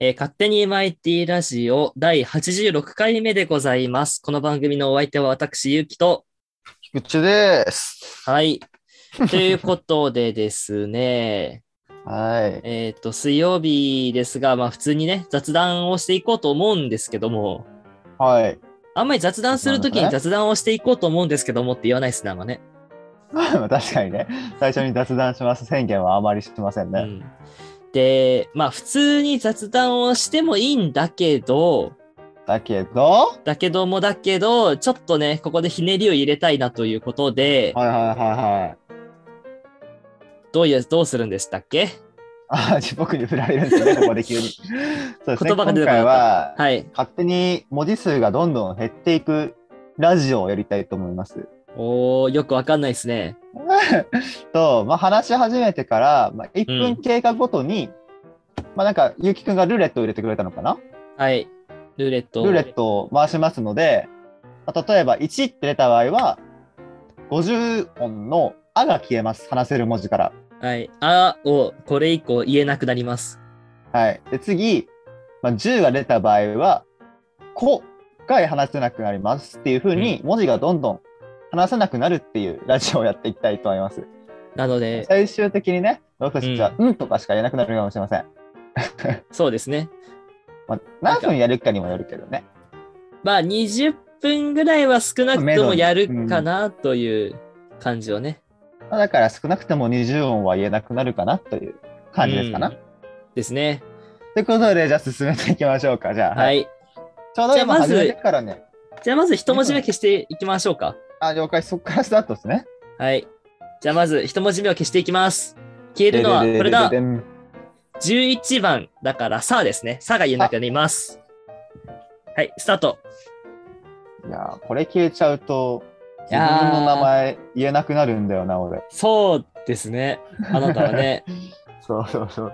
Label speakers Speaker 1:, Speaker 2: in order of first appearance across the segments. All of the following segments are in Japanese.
Speaker 1: えー勝手に MIT ラジオ第86回目でございます。この番組のお相手は私、ゆうきと。
Speaker 2: 菊池です。
Speaker 1: はい。ということでですね、
Speaker 2: はい。
Speaker 1: えっと、水曜日ですが、まあ普通にね、雑談をしていこうと思うんですけども、
Speaker 2: はい。
Speaker 1: あんまり雑談するときに雑談をしていこうと思うんですけどもって言わないですね、あんまね。
Speaker 2: 確かにね、最初に雑談します宣言はあまりしません
Speaker 1: う
Speaker 2: ね。
Speaker 1: んで、まあ普通に雑談をしてもいいんだけど、
Speaker 2: だけど、は
Speaker 1: だけどもだけど、ちょっとね、ここでひねりを入れたいなということで
Speaker 2: い、はいはいはい。
Speaker 1: どういう、どうするんでしたっけ
Speaker 2: あーじ僕に振られるんですね、ここで急 に。そうですね、
Speaker 1: 言葉が
Speaker 2: 今
Speaker 1: 出てこなかった
Speaker 2: 回は、
Speaker 1: はい。
Speaker 2: 勝手に文字数がどんどん減っていくラジオをやりたいと思います。
Speaker 1: おー、よくわかんないですね。
Speaker 2: と、まあ、話し始めてから、まあ、1
Speaker 1: うん
Speaker 2: 分経過ごとに、まあなんか、ゆうきくんがルーレットを入れてくれたのかな
Speaker 1: はい。ルーレット。
Speaker 2: ルーレットを回しますので、まあ例えば1って出た場合は、50音のあが消えます、話せる文字から。
Speaker 1: はい。あを、これ以降言えなくなります。
Speaker 2: はい、で次、まあ、10が出た場合は、こが話せなくなりますっていうふうに、文字がどんどん話せなくなるっていう ラジオをやっていきたいと思います。
Speaker 1: なので、
Speaker 2: 最終的にね、僕たちは、うんとかしか言えなくなるかもしれません。
Speaker 1: そうですね。
Speaker 2: まあ、何分やるかにもよるけどね。
Speaker 1: まあ、20分ぐらいは少なく
Speaker 2: め
Speaker 1: と
Speaker 2: ど
Speaker 1: も
Speaker 2: に
Speaker 1: やるかなという感じをね。
Speaker 2: まあだから少なくとも20音は言えなくなるかなという感じですかな。
Speaker 1: うんですね。
Speaker 2: ということで、じゃあ進めていきましょうか。じゃあ、
Speaker 1: はい。
Speaker 2: ちょうど
Speaker 1: じゃあ
Speaker 2: 今
Speaker 1: まず
Speaker 2: 始めてからね。
Speaker 1: じゃあ、まず一文字目消していきましょうか。
Speaker 2: あ、了解。そこからスタートですね。
Speaker 1: はい。じゃあ、まず一文字目を消していきます。消えるのは、こ
Speaker 2: でででで
Speaker 1: れだ
Speaker 2: で。ん
Speaker 1: 11番だから、さあですね。さあが言えなくなります。はい、スタート。
Speaker 2: いやーこれ消えちゃうと、
Speaker 1: い
Speaker 2: 自
Speaker 1: やー
Speaker 2: 分の名前言えなくなるんだよな、俺。
Speaker 1: そうですね。あなたは ね、
Speaker 2: そうそうそう。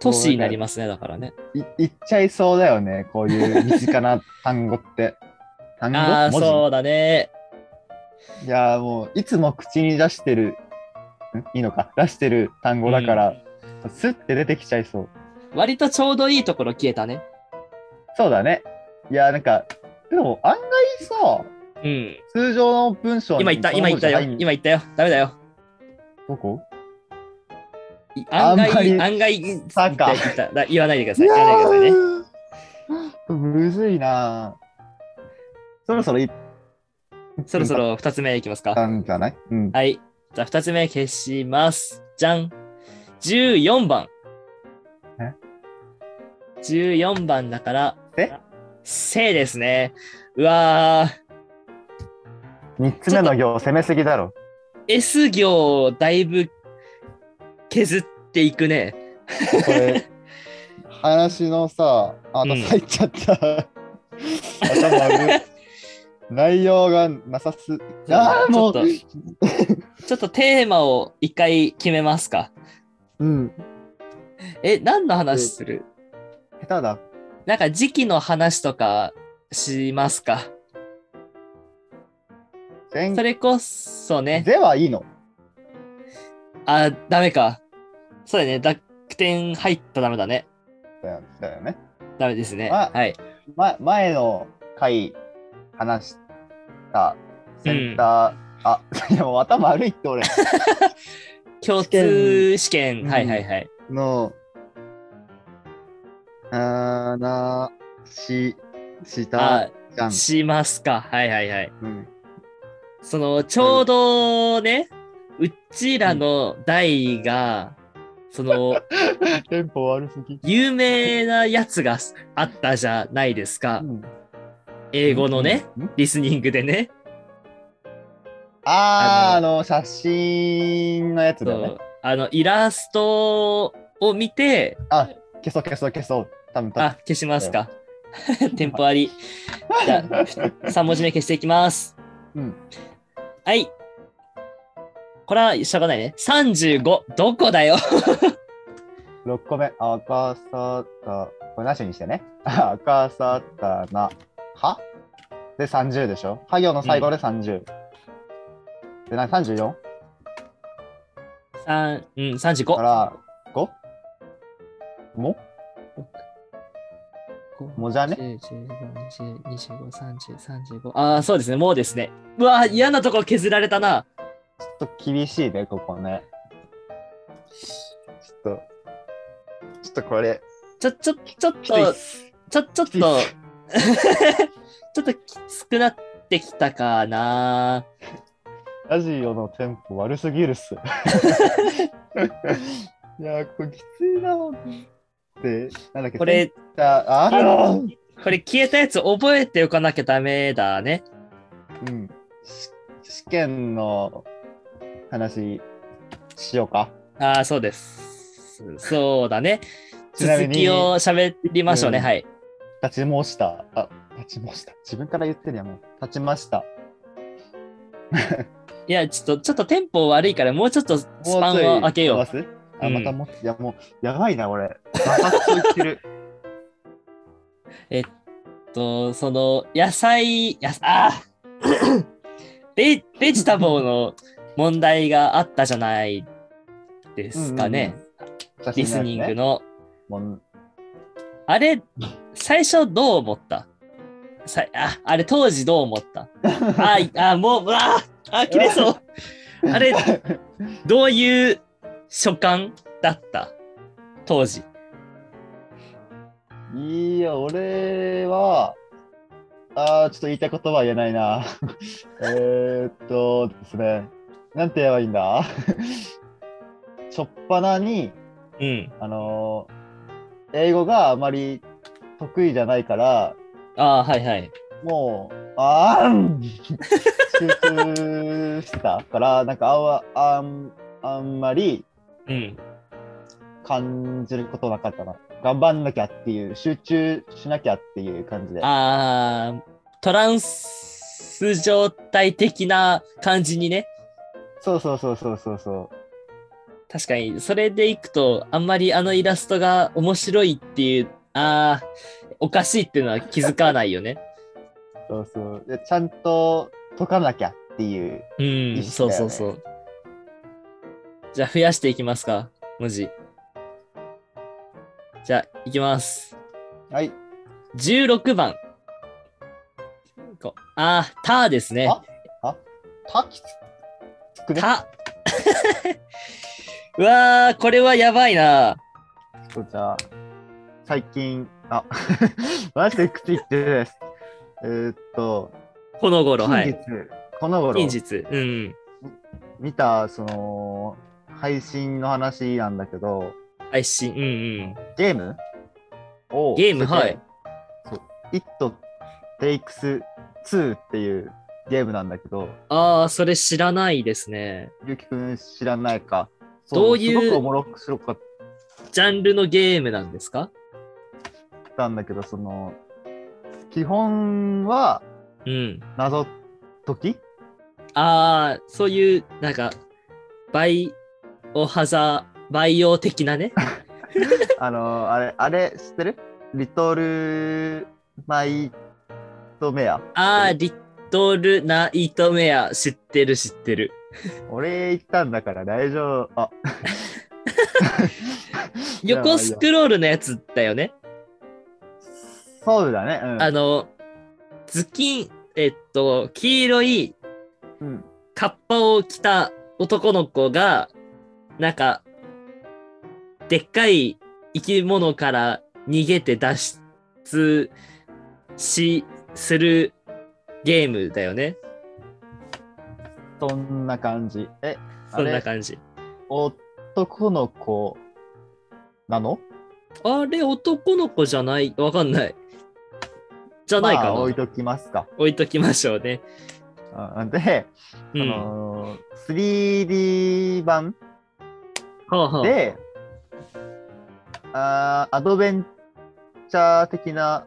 Speaker 1: 都市になりますね、だからね。
Speaker 2: い言っちゃいそうだよね、こういう身近な単語って。単語
Speaker 1: ああ、
Speaker 2: 文字
Speaker 1: そうだね。
Speaker 2: いやーもう、いつも口に出してる、んいいのか、出してる単語だから、スッて出てきちゃいそう。
Speaker 1: 割とちょうどいいところ消えたね。
Speaker 2: そうだね。いやーなんか、でも案外さ、
Speaker 1: うん。
Speaker 2: 通常の文章に
Speaker 1: 今言った、
Speaker 2: こ
Speaker 1: 今
Speaker 2: の
Speaker 1: 言
Speaker 2: 文
Speaker 1: っ
Speaker 2: 字
Speaker 1: たよ。
Speaker 2: 入ん
Speaker 1: 今言ったよ。ダメだよ。
Speaker 2: どこ
Speaker 1: い案
Speaker 2: あんま
Speaker 1: 外、
Speaker 2: り
Speaker 1: 案外、
Speaker 2: サッカー
Speaker 1: 言った言っただ言わないでください。言わないでくださいね。
Speaker 2: いやーむずいなそろそろいっ
Speaker 1: そろそろ2つ目いきますか。
Speaker 2: たんじゃないうん。
Speaker 1: はい。じゃあ2つ目消します。じゃん。14番
Speaker 2: え。
Speaker 1: 14番だから、
Speaker 2: え
Speaker 1: せですね。うわー、
Speaker 2: 三つ目の行攻めすぎだろ。
Speaker 1: S 行をだいぶ削っていくね。
Speaker 2: これ、話のさ、あ、
Speaker 1: うん
Speaker 2: また入っちゃった。頭悪い内容がなさす。ああ、
Speaker 1: ちょ
Speaker 2: も
Speaker 1: っ
Speaker 2: う
Speaker 1: と、 ちょっとテーマを一回決めますか。
Speaker 2: うん、
Speaker 1: え、何の話する
Speaker 2: 下手だ。
Speaker 1: なんか時期の話とかしますか。
Speaker 2: 全
Speaker 1: それこそね。
Speaker 2: ではいいの。
Speaker 1: あ、ダメか。そうだね。濁点入ったらダメだね。
Speaker 2: だよだよね。
Speaker 1: ダメですね。
Speaker 2: あ
Speaker 1: はい。
Speaker 2: ま、前の回話したセンター、あ、い やもう頭悪いって俺
Speaker 1: 共通試験。
Speaker 2: うん
Speaker 1: はいはいはい。
Speaker 2: の、話し、した
Speaker 1: あ、
Speaker 2: じゃん。
Speaker 1: しますか。はいはいはい。
Speaker 2: うん、
Speaker 1: その、ちょうどね、うちらの代が、その、
Speaker 2: テンポ悪すぎ。
Speaker 1: 有名なやつがあったじゃないですか
Speaker 2: う。ん
Speaker 1: 英語のね、。
Speaker 2: うん
Speaker 1: リスニングでね。
Speaker 2: あー、
Speaker 1: あ
Speaker 2: あの、写真のやつ
Speaker 1: そ
Speaker 2: だよね
Speaker 1: う。あの、イラストを見て、
Speaker 2: あ、消そう消そう消そう。多分
Speaker 1: あ、消しますか。テンポあり。じゃあ、3文字目消していきます。
Speaker 2: うん。
Speaker 1: はい。これはしょうがないね。35、どこだよ。
Speaker 2: 6個目。赤さた、これなしにしてね。赤さたな、はで30でしょ。は行の最後で30。で、な、34?
Speaker 1: 3、うん、
Speaker 2: か
Speaker 1: 35。
Speaker 2: ら、5? ももじゃね
Speaker 1: ?10,15,20,25,30,35. ああ、そうですね。もうですね。うわー、嫌なところ削られたな。
Speaker 2: ちょっと厳しいね、ここね。ちょっと、ちょっとこれ、
Speaker 1: ちょ、ちょ、ちょっ
Speaker 2: きついっ
Speaker 1: と、
Speaker 2: す
Speaker 1: ちょ、ちょっと、
Speaker 2: きつ
Speaker 1: ち
Speaker 2: いっ
Speaker 1: ょ
Speaker 2: す
Speaker 1: っときつくなってきたかな。
Speaker 2: ラジオのテンポ悪すぎる っす。いやー、これきついなほんって、なんだっけ、
Speaker 1: これ、
Speaker 2: Twitter、ああ
Speaker 1: これ消えたやつ覚えておかなきゃダメだね。
Speaker 2: うん。し試験の話しようか。
Speaker 1: ああ、そうです。そうだね。
Speaker 2: ちなみ
Speaker 1: 続
Speaker 2: に
Speaker 1: きを喋りましょうね。
Speaker 2: うん
Speaker 1: はい。
Speaker 2: 立ち申した。あ、立ち申した。自分から言ってるやん、もう。立ちました。
Speaker 1: いや、ちょっと、ちょっとテンポ悪いから、もうちょっとスパンを開けよ
Speaker 2: も
Speaker 1: う
Speaker 2: う。ちょい回すあ、
Speaker 1: うん
Speaker 2: またもっと、いや、もう、やばいな、俺。またそう言ってる。
Speaker 1: と、その、野菜、やあ ーベベジタボーの問題があったじゃないですかね。
Speaker 2: 写 真
Speaker 1: リスニン
Speaker 2: やつ
Speaker 1: グ
Speaker 2: ね。
Speaker 1: の。
Speaker 2: もう
Speaker 1: あれ、最初どう思ったさあ、あれ当時どう思ったあ、いあ、もう、うわーあ、切れそう。あれ、どういう所感だった当時。
Speaker 2: いや、俺は、あーちょっと言いたいことは言えないな。 えーっとですね、なんて言えばいいんだ しょっぱなに、
Speaker 1: うん。
Speaker 2: あのー英語があまり得意じゃないから、
Speaker 1: ああ、はいはい。
Speaker 2: もう、あーん集中したから、 なんかあわあんあんまり
Speaker 1: うん。
Speaker 2: 感じることなかったな。頑張んなきゃっていう、集中しなきゃっていう感じで。
Speaker 1: ああ、トランス状態的な感じにね。
Speaker 2: そうそうそうそうそうそう。
Speaker 1: 確かに、それでいくと、あんまりあのイラストが面白いっていう、ああ、おかしいっていうのは気づかないよね。
Speaker 2: そうそう。でちゃんと解かなきゃっていう。
Speaker 1: うん、
Speaker 2: いっす
Speaker 1: そう
Speaker 2: ね
Speaker 1: そうそう。じゃあ、増やしていきますか、文字。じゃあ、いきます。
Speaker 2: はい。
Speaker 1: 16番。こああ、たですね。
Speaker 2: あたきつつくね。
Speaker 1: た。 うわー、これはやばいな。
Speaker 2: そうじゃあ、最近、あ、 マジで口言ってるです。えーっと、
Speaker 1: この頃、
Speaker 2: 近日、
Speaker 1: はい。
Speaker 2: この頃
Speaker 1: 近日。うん。
Speaker 2: 見た、その、配信の話なんだけど、
Speaker 1: 配信。うん
Speaker 2: ゲームを、
Speaker 1: ゲーム
Speaker 2: してて
Speaker 1: はい。
Speaker 2: そう、It Takes Two っていうゲームなんだけど、
Speaker 1: うん。ああ、それ知らないですね。
Speaker 2: ゆうきくん知らないか。そ
Speaker 1: どういう
Speaker 2: すごくおもろく白かっ
Speaker 1: ジャンルのゲームなんですか
Speaker 2: たんだけど、その、基本は
Speaker 1: うん。
Speaker 2: 謎解き
Speaker 1: ああ、そういう、なんか、バイオハザー、バイオ的な ね。
Speaker 2: あの、あれ、あれ、知ってるリトルマイトメア。
Speaker 1: ああ、リトルナイトメア、知ってる知ってる。
Speaker 2: 俺行ったんだから大丈夫。あいやまあいいや
Speaker 1: 横スクロールのやつだよね。
Speaker 2: そうだね。うん。
Speaker 1: あの、ズキン、えっと、黄色い
Speaker 2: うん、
Speaker 1: カッパを着た男の子が、なんか、でっかい生き物から逃げて脱出し、するゲームだよね。
Speaker 2: そんな感じ。え、あ
Speaker 1: そんな
Speaker 2: れ、
Speaker 1: 感じ。
Speaker 2: 男の子なの
Speaker 1: あれ、男の子じゃないわかんない。じゃないかな、
Speaker 2: まあ、置
Speaker 1: 置
Speaker 2: い
Speaker 1: い
Speaker 2: ときますか。
Speaker 1: ときましょうね。
Speaker 2: うんで、
Speaker 1: う
Speaker 2: あ
Speaker 1: ん。は
Speaker 2: のー 3D 版
Speaker 1: あはあ
Speaker 2: で、あーアドベンチャー的な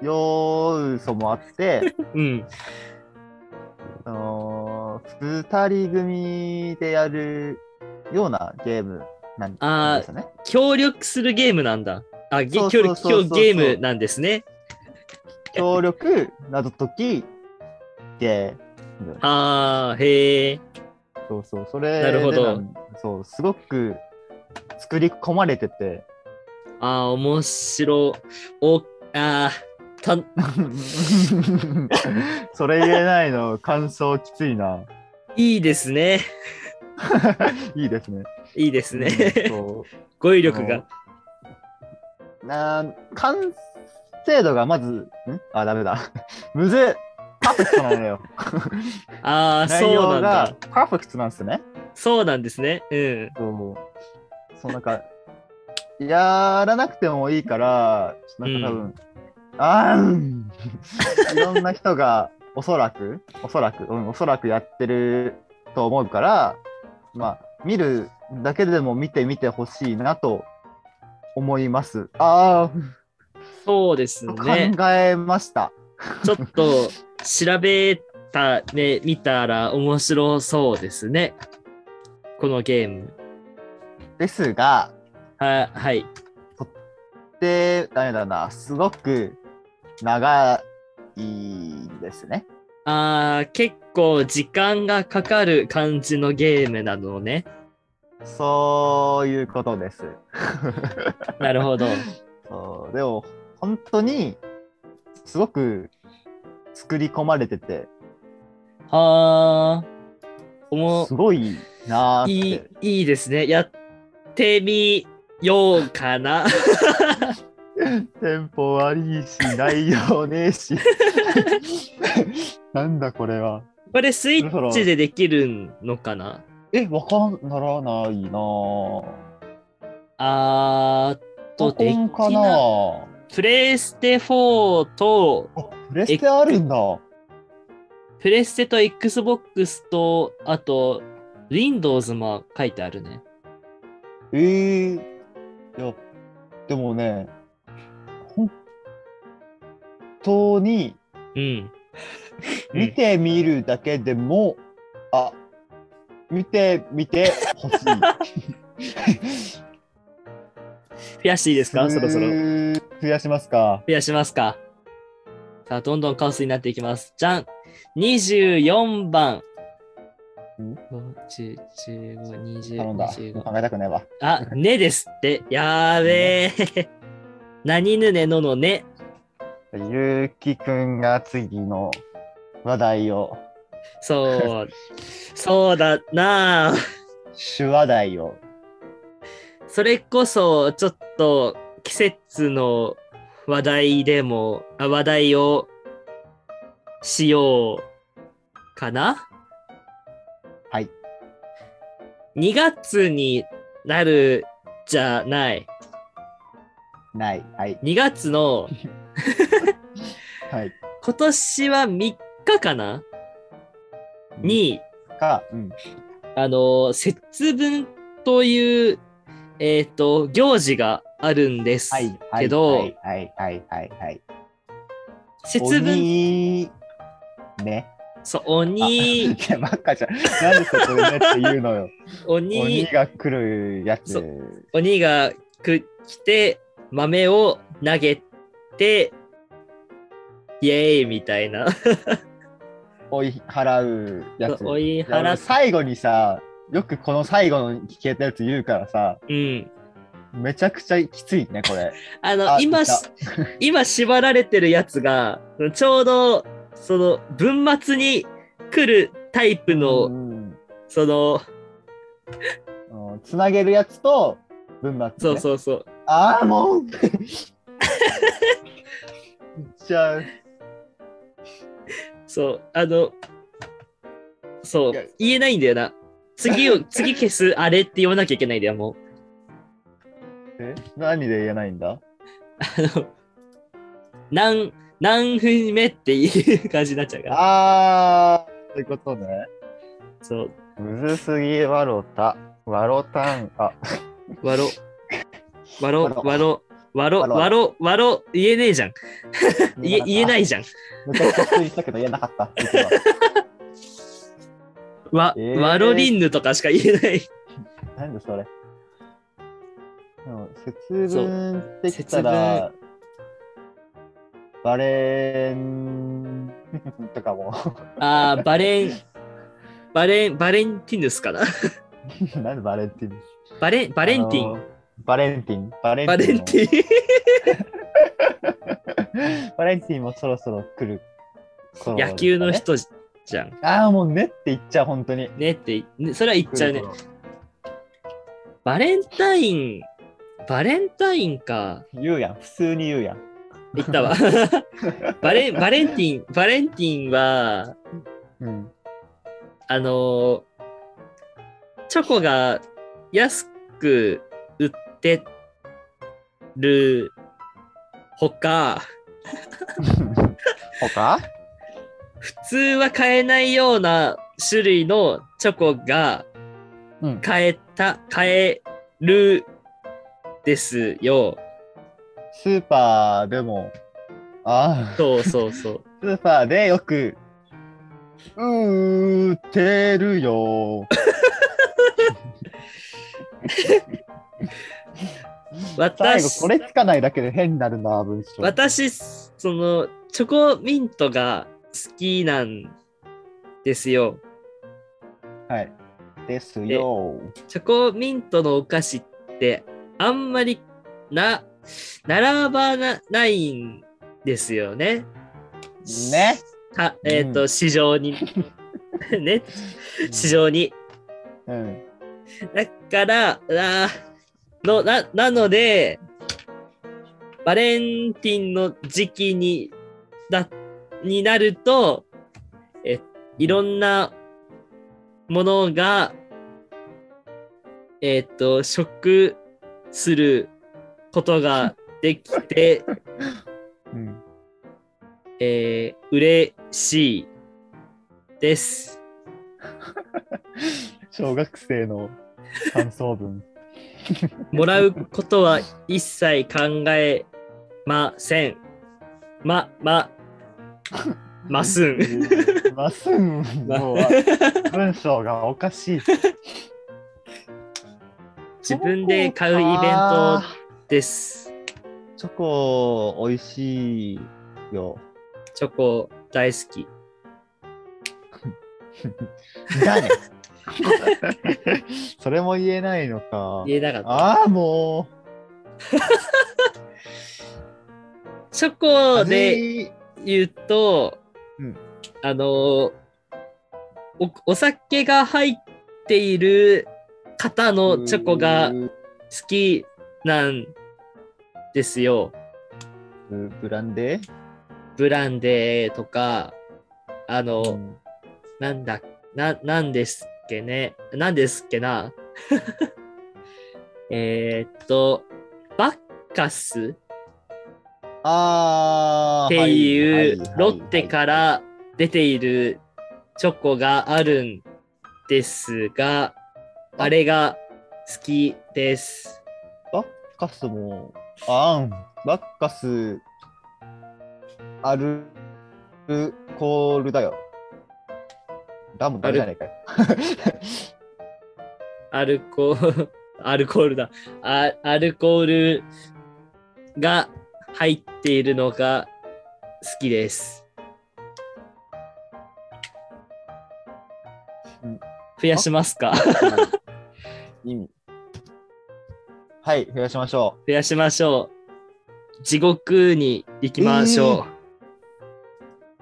Speaker 2: 要素もあって、
Speaker 1: うん。
Speaker 2: あのー二人組でやるようなゲームなん
Speaker 1: あー
Speaker 2: ですよね。
Speaker 1: 協力するゲームなんだ。あ、げ
Speaker 2: そう
Speaker 1: 協
Speaker 2: そう
Speaker 1: 力
Speaker 2: そうそうそう
Speaker 1: ゲームなんですね。
Speaker 2: 協力、謎解き、ゲーム。
Speaker 1: あー、へえ。
Speaker 2: そうそう、それ
Speaker 1: なるほど
Speaker 2: でんそう、すごく 作り込まれてて、
Speaker 1: あー、面白。大あーた、
Speaker 2: それ言えないの、感想きついな。
Speaker 1: いいですね。
Speaker 2: いいですね。
Speaker 1: いいです
Speaker 2: うん
Speaker 1: ね。
Speaker 2: そう
Speaker 1: 語彙力が。
Speaker 2: なー完成度がまず、んあ、ダメだ。 むずいパーフェクトなのよ。
Speaker 1: ああ、
Speaker 2: 内
Speaker 1: そうな
Speaker 2: 容
Speaker 1: ん
Speaker 2: が
Speaker 1: だ。
Speaker 2: パーフェクトなんですね。
Speaker 1: そうなんですね。うん。
Speaker 2: そう。そう、なんか、やらなくてもいいから、なんか多分、あーんいろんな人が、おそらく、おそらく、うん、おそらくやってると思うから、まあ、見るだけでも見てみてほしいなと思います。あ
Speaker 1: そうです
Speaker 2: あ、
Speaker 1: ね。
Speaker 2: 考えました。
Speaker 1: ちょっと調べたね、見たら面白そうですね。このゲーム。
Speaker 2: ですが、
Speaker 1: は、はい。
Speaker 2: で、ダメだな、すごく長いんですね。
Speaker 1: あー結構時間がかかる感じのゲームなのね。
Speaker 2: そういうことです。
Speaker 1: なるほ ど。
Speaker 2: そうでも本当にすごく作り込まれてて
Speaker 1: はあ。おも
Speaker 2: すごいなーって
Speaker 1: いい、いいですね。やってみようかな。
Speaker 2: テンポ悪いし内容ねえしなんだこれは
Speaker 1: これスイッチでできるのかな
Speaker 2: えわかんならないなぁ
Speaker 1: あーっと、
Speaker 2: パ
Speaker 1: で
Speaker 2: コンか
Speaker 1: き
Speaker 2: な
Speaker 1: な。
Speaker 2: ぁ
Speaker 1: プレイステ4と、
Speaker 2: あプレステあるんだ
Speaker 1: プレステと XBOX と、あと、Windows も書いてあるね。
Speaker 2: えー、いやでもね本当に
Speaker 1: うん。
Speaker 2: 見てみるだけでも、あ見てみてほし い。
Speaker 1: 増やしていいですかそろそろ。
Speaker 2: 増やしますか。
Speaker 1: 増やしますか。さあ、どんどんカオスになっていきます。じゃん !24 番。
Speaker 2: ん
Speaker 1: 50 15、
Speaker 2: 頼
Speaker 1: 20、
Speaker 2: んだ。
Speaker 1: 25。
Speaker 2: 考えたくないわ。
Speaker 1: あ、ねですって。やーべえ。何ぬねののね。
Speaker 2: ゆうきくんが次の話題を、
Speaker 1: そう。そうだなあ
Speaker 2: 手話題を。
Speaker 1: それこそ、ちょっと季節の話題でも、あ話題をしようかな
Speaker 2: はい。
Speaker 1: 2月になるじゃない。
Speaker 2: ない。はい。
Speaker 1: 2月 の
Speaker 2: はい。
Speaker 1: 今年は3日かなに、
Speaker 2: か、うん。
Speaker 1: あの、節分という、えっ、と、行事があるんです
Speaker 2: はい。はい。
Speaker 1: けど、
Speaker 2: はい。はい。はい。はい。はい。
Speaker 1: 節分、
Speaker 2: 鬼ね。
Speaker 1: そう、
Speaker 2: い
Speaker 1: 鬼、
Speaker 2: や、ばっかじゃん。なんでそこでねって言う のよ。鬼
Speaker 1: 鬼、
Speaker 2: が来るや
Speaker 1: そ
Speaker 2: つ。
Speaker 1: 鬼がく来て、豆を投げて、イエーイみたいな。
Speaker 2: 追い払うやつ。
Speaker 1: 追い
Speaker 2: いや
Speaker 1: 払
Speaker 2: 俺
Speaker 1: っ
Speaker 2: 最後にさ、よくこの最後の聞けたやつ言うからさ、
Speaker 1: うん。
Speaker 2: めちゃくちゃきついね、こ れ。
Speaker 1: あの、
Speaker 2: あ
Speaker 1: 今し
Speaker 2: い、
Speaker 1: 今縛られてるやつが、ちょうど、その、文末に来るタイプの、
Speaker 2: うん
Speaker 1: その、
Speaker 2: うんつなげるやつと、文末、ね。
Speaker 1: そうそうそう。
Speaker 2: ああ、もうじゃあ、
Speaker 1: そう、あの、そう
Speaker 2: いや、
Speaker 1: 言えないんだよな。次を、次消すあれって言わなきゃいけないんだよ、もう。
Speaker 2: え何で言えないんだ
Speaker 1: あの、何、何分目っていう感じになっちゃうから。
Speaker 2: あー、そういうことね。
Speaker 1: そう、
Speaker 2: むずすぎわろた。わろたん。あ、
Speaker 1: わろ、わろ、わろ、わろ、
Speaker 2: わろ。
Speaker 1: わろ、わろ、言えねえじゃん。言え言えないいじゃん。
Speaker 2: めちゃくちゃ普通にしたけど言えなかった。実は
Speaker 1: わ、
Speaker 2: えー
Speaker 1: わろりんぬとかしか言えない。
Speaker 2: なんでそれでも節分ってきたら、バレン とかも、
Speaker 1: あーバレン、バレン、バレンティヌスかな
Speaker 2: なんでバレンティン
Speaker 1: バレン、バレンティ
Speaker 2: あの
Speaker 1: ン、
Speaker 2: バレンティン。バレン
Speaker 1: バレン
Speaker 2: ン
Speaker 1: ティン。
Speaker 2: バレンティンもそろそろ来る頃ですかね、
Speaker 1: 野球の人じゃん。
Speaker 2: ああもうねって言っちゃう本当に
Speaker 1: ねって、ねそれは言っちゃうね
Speaker 2: 来。る頃
Speaker 1: バレンタイン、バレンタインか。
Speaker 2: 言うやん普通に言うやん
Speaker 1: 言ったわ。バレン、バレンティン、バレンティンは、
Speaker 2: うん
Speaker 1: あのーチョコが安く売ってるほか、
Speaker 2: 他
Speaker 1: 普通は買えないような種類のチョコが
Speaker 2: うん
Speaker 1: 買えた、買えるですよ。
Speaker 2: スーパーでもああ
Speaker 1: そうそうそう。
Speaker 2: スーパーでよく売ってるよ 最後
Speaker 1: 私
Speaker 2: こ、れつかないだけで変になるな文章
Speaker 1: 私、その、チョコミントが好きなんですよ。
Speaker 2: はいですよ
Speaker 1: チョコミントのお菓子ってあんまりな、並ばなないんですよね。
Speaker 2: ね
Speaker 1: たえっ、と、
Speaker 2: う
Speaker 1: 市場に。 ね、市場に。
Speaker 2: うん
Speaker 1: だから、あーのな、なので、バレンティンの時期に、だ、になると、え、いろんなものが、えっ、と、食することができて、
Speaker 2: うん
Speaker 1: えー、嬉しいです。
Speaker 2: 小学生の感想文
Speaker 1: もらうことは一切考えません。ま、ま、ますん。
Speaker 2: ますんもう文章がおかしい
Speaker 1: 自分で買うイベントです。
Speaker 2: トチョコ美味しい よ
Speaker 1: チョコ大好き。
Speaker 2: だね それも言えないのか
Speaker 1: 言えなかった。
Speaker 2: ああも
Speaker 1: チョ
Speaker 2: う
Speaker 1: コで
Speaker 2: 味
Speaker 1: 言うと、
Speaker 2: うん
Speaker 1: あのーお、お酒が入っている方のチョコが好きなんですよ。
Speaker 2: ブブランデー
Speaker 1: ブランデーとか、あの、
Speaker 2: うん
Speaker 1: なんだ、な、なんですっけね。なんですっけな。 えーっと、バッカス
Speaker 2: ああ
Speaker 1: っていうロッテから出ているチョコがあるんですが、あれが好きです。
Speaker 2: バッカスも、あん、バッカス、アルコールだよ。ダムだじゃないかよ。
Speaker 1: アルコール、アルコールだ。あアルコールが入っているのが好きです
Speaker 2: うん。
Speaker 1: 増やしますか
Speaker 2: 意味。はい、増やしましょ
Speaker 1: 増やしましょう。地獄に行きましょ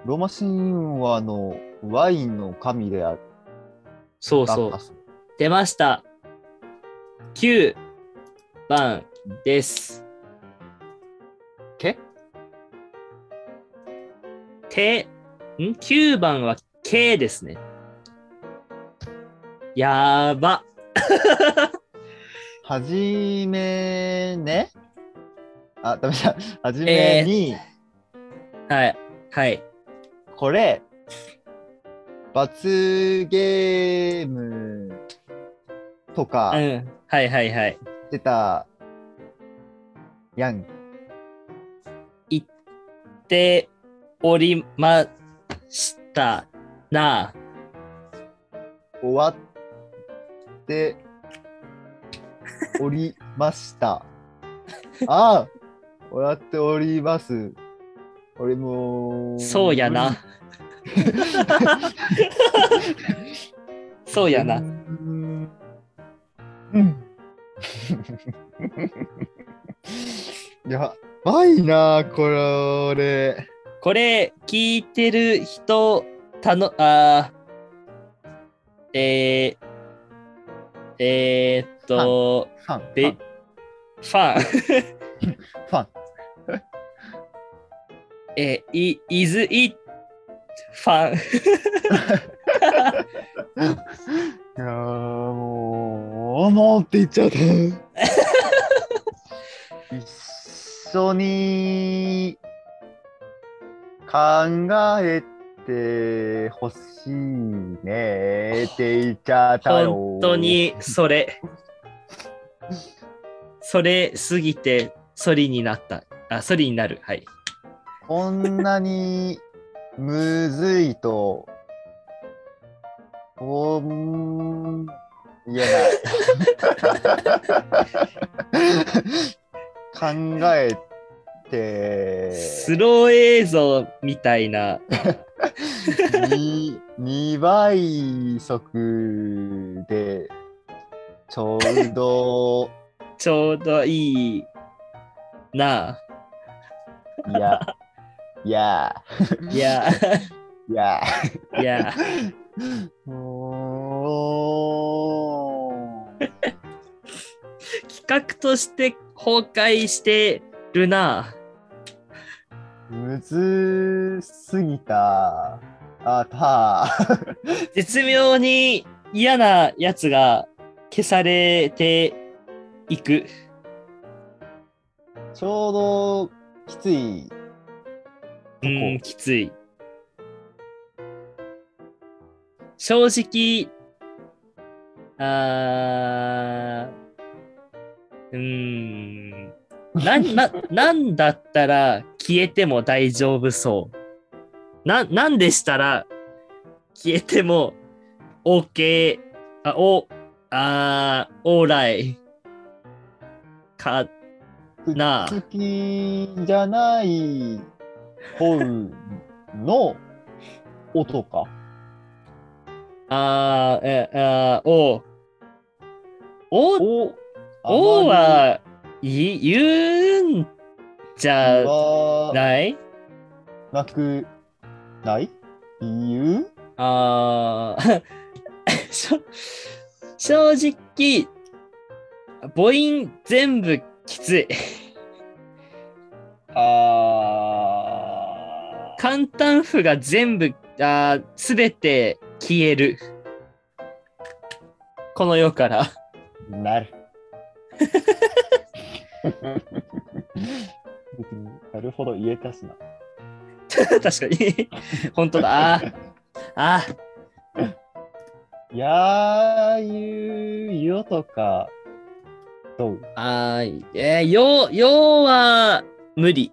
Speaker 2: う。ローマ神話のワインの神である
Speaker 1: う。そう
Speaker 2: バ
Speaker 1: そ
Speaker 2: ッカ
Speaker 1: う。
Speaker 2: ス。
Speaker 1: 出ました。9番です。
Speaker 2: け
Speaker 1: て、ん ?9 番は K ですね。やーば。
Speaker 2: はじめね。あ、ダメ だ。はじめに、
Speaker 1: はい。はい。
Speaker 2: これ、罰ゲームとか
Speaker 1: う、ん。はいはいはい。
Speaker 2: ってたやん。
Speaker 1: で、おりましたな。
Speaker 2: 終わっており ました。ああ終わっております。俺も。
Speaker 1: そうやな。。 そうや
Speaker 2: うー
Speaker 1: な。
Speaker 2: ん。 うん。いや、ばいなあこれ。
Speaker 1: これ聞いてる人たのあーえー、えー、っと
Speaker 2: ファン。
Speaker 1: で
Speaker 2: フ
Speaker 1: ファン
Speaker 2: ァン。
Speaker 1: えー、いいずいファン
Speaker 2: いやーもう、もうって言っちゃうと。 一緒に考えてほしいねって言っちゃったよ。
Speaker 1: 本当。にそれそれすぎてソリになったあソリになるはい
Speaker 2: こんなにむずいと、おん、言えない。考えて、
Speaker 1: スロー映像みたいな
Speaker 2: に2倍速で、ちょうど、
Speaker 1: ちょうどいいない
Speaker 2: や、いや、
Speaker 1: あいや
Speaker 2: いや。
Speaker 1: いや
Speaker 2: おー。
Speaker 1: 企画として崩壊してるな
Speaker 2: むずすぎた。あた。
Speaker 1: 絶妙に嫌なやつが消されていく
Speaker 2: ちょうどきつい。
Speaker 1: う
Speaker 2: こ
Speaker 1: んきつい正直あーうーんなななんだったら消えても大丈夫そうななんでしたら消えても OK あおあーオーライかなあ
Speaker 2: 好きじゃない方の音か。
Speaker 1: あーえあーおお
Speaker 2: お、
Speaker 1: 王
Speaker 2: あ
Speaker 1: は、い、言うんじ
Speaker 2: まり
Speaker 1: ゃ
Speaker 2: は
Speaker 1: ない
Speaker 2: なくない言う
Speaker 1: あー しょ正直、母音全部きつい。
Speaker 2: あ
Speaker 1: 簡単符が全部、あすべて消える。この世から。
Speaker 2: な る。別になるほど言えたしな。
Speaker 1: 確かに。 本当だ。あーあー、
Speaker 2: いやー、ゆよとか、どう
Speaker 1: あーえー、よう、ようは無理。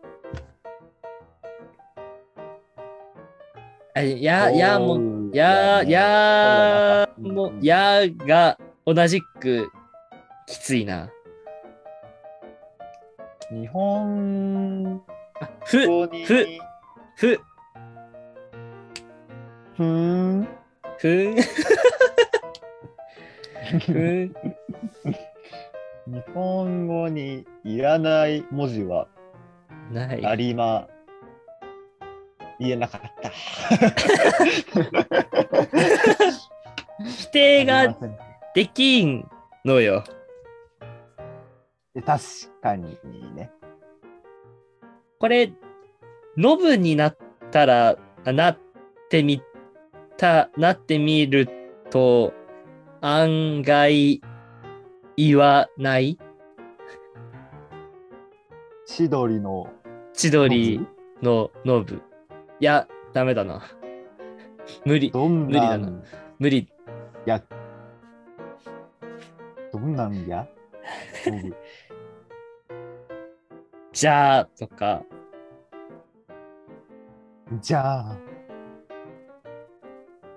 Speaker 1: あいや、いや、もう、
Speaker 2: う
Speaker 1: やー、やー、もう、や
Speaker 2: や
Speaker 1: ーが同じくきついな。
Speaker 2: ー、日本
Speaker 1: あふ、
Speaker 2: 語に、
Speaker 1: ふふ、
Speaker 2: ふーん、
Speaker 1: ふん、ふん。
Speaker 2: 日本語にいらない文字は
Speaker 1: な
Speaker 2: あ
Speaker 1: い。
Speaker 2: りま、言えなかった。
Speaker 1: 否定ができんのよ。
Speaker 2: 確かにね。
Speaker 1: これ、ノブになったら、あなってみた、なってみると、案外、言わない
Speaker 2: 千鳥の
Speaker 1: 千鳥
Speaker 2: 文字
Speaker 1: のノブ。いや、ダメだな。 無理、
Speaker 2: どんな
Speaker 1: 無理だ
Speaker 2: ん
Speaker 1: 無理。
Speaker 2: や、どんな んやノブ
Speaker 1: じゃあ、とか、
Speaker 2: じゃあ。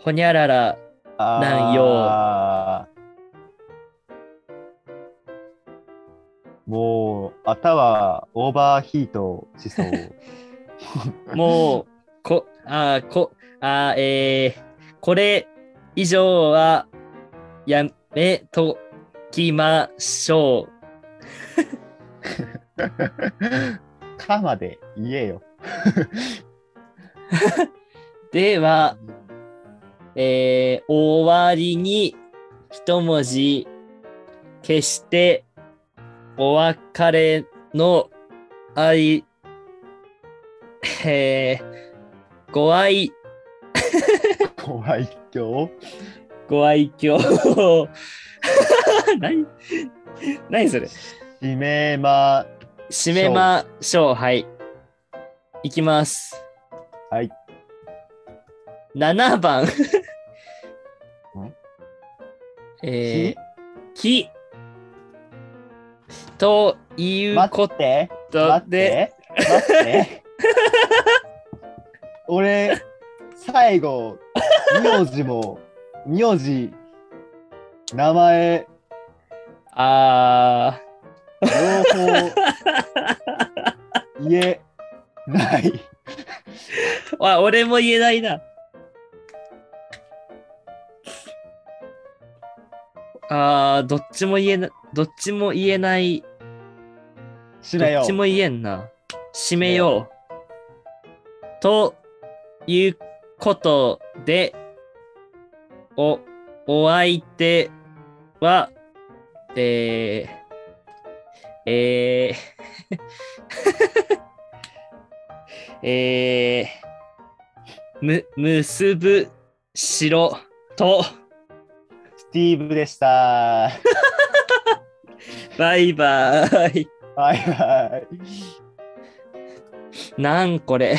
Speaker 1: ほにゃらら、なん
Speaker 2: よ。もう、頭オーバーヒートしそう。
Speaker 1: もう、こ、あー、こ、あー、えー、これ以上は、やめときましょう。
Speaker 2: かまで言えよ。
Speaker 1: では、えー終わりに一文字消してお別れの愛、 えーご愛、
Speaker 2: ご愛嬌。
Speaker 1: ご愛嬌。 何何それ
Speaker 2: しめま、
Speaker 1: 締めましょう。はい。いきます。
Speaker 2: はい。
Speaker 1: 7番。えー、き。という
Speaker 2: 待
Speaker 1: こ
Speaker 2: って、
Speaker 1: と
Speaker 2: 待っ
Speaker 1: で、
Speaker 2: て、待って。俺、最後、名字も、名字、名前、
Speaker 1: あ
Speaker 2: 両方、言えない。
Speaker 1: ーわ、俺も言えないな。あー、どっちも言えな、どっちも言えない。
Speaker 2: 締め
Speaker 1: ど
Speaker 2: よ
Speaker 1: っち
Speaker 2: う。
Speaker 1: も言えんな。締めよう。ということで、お、お相手は、えー、えー、 えー、む、結ぶ、しろ、と、
Speaker 2: スティーブでした。
Speaker 1: バイバイ。
Speaker 2: バイバイ。
Speaker 1: なんこれ。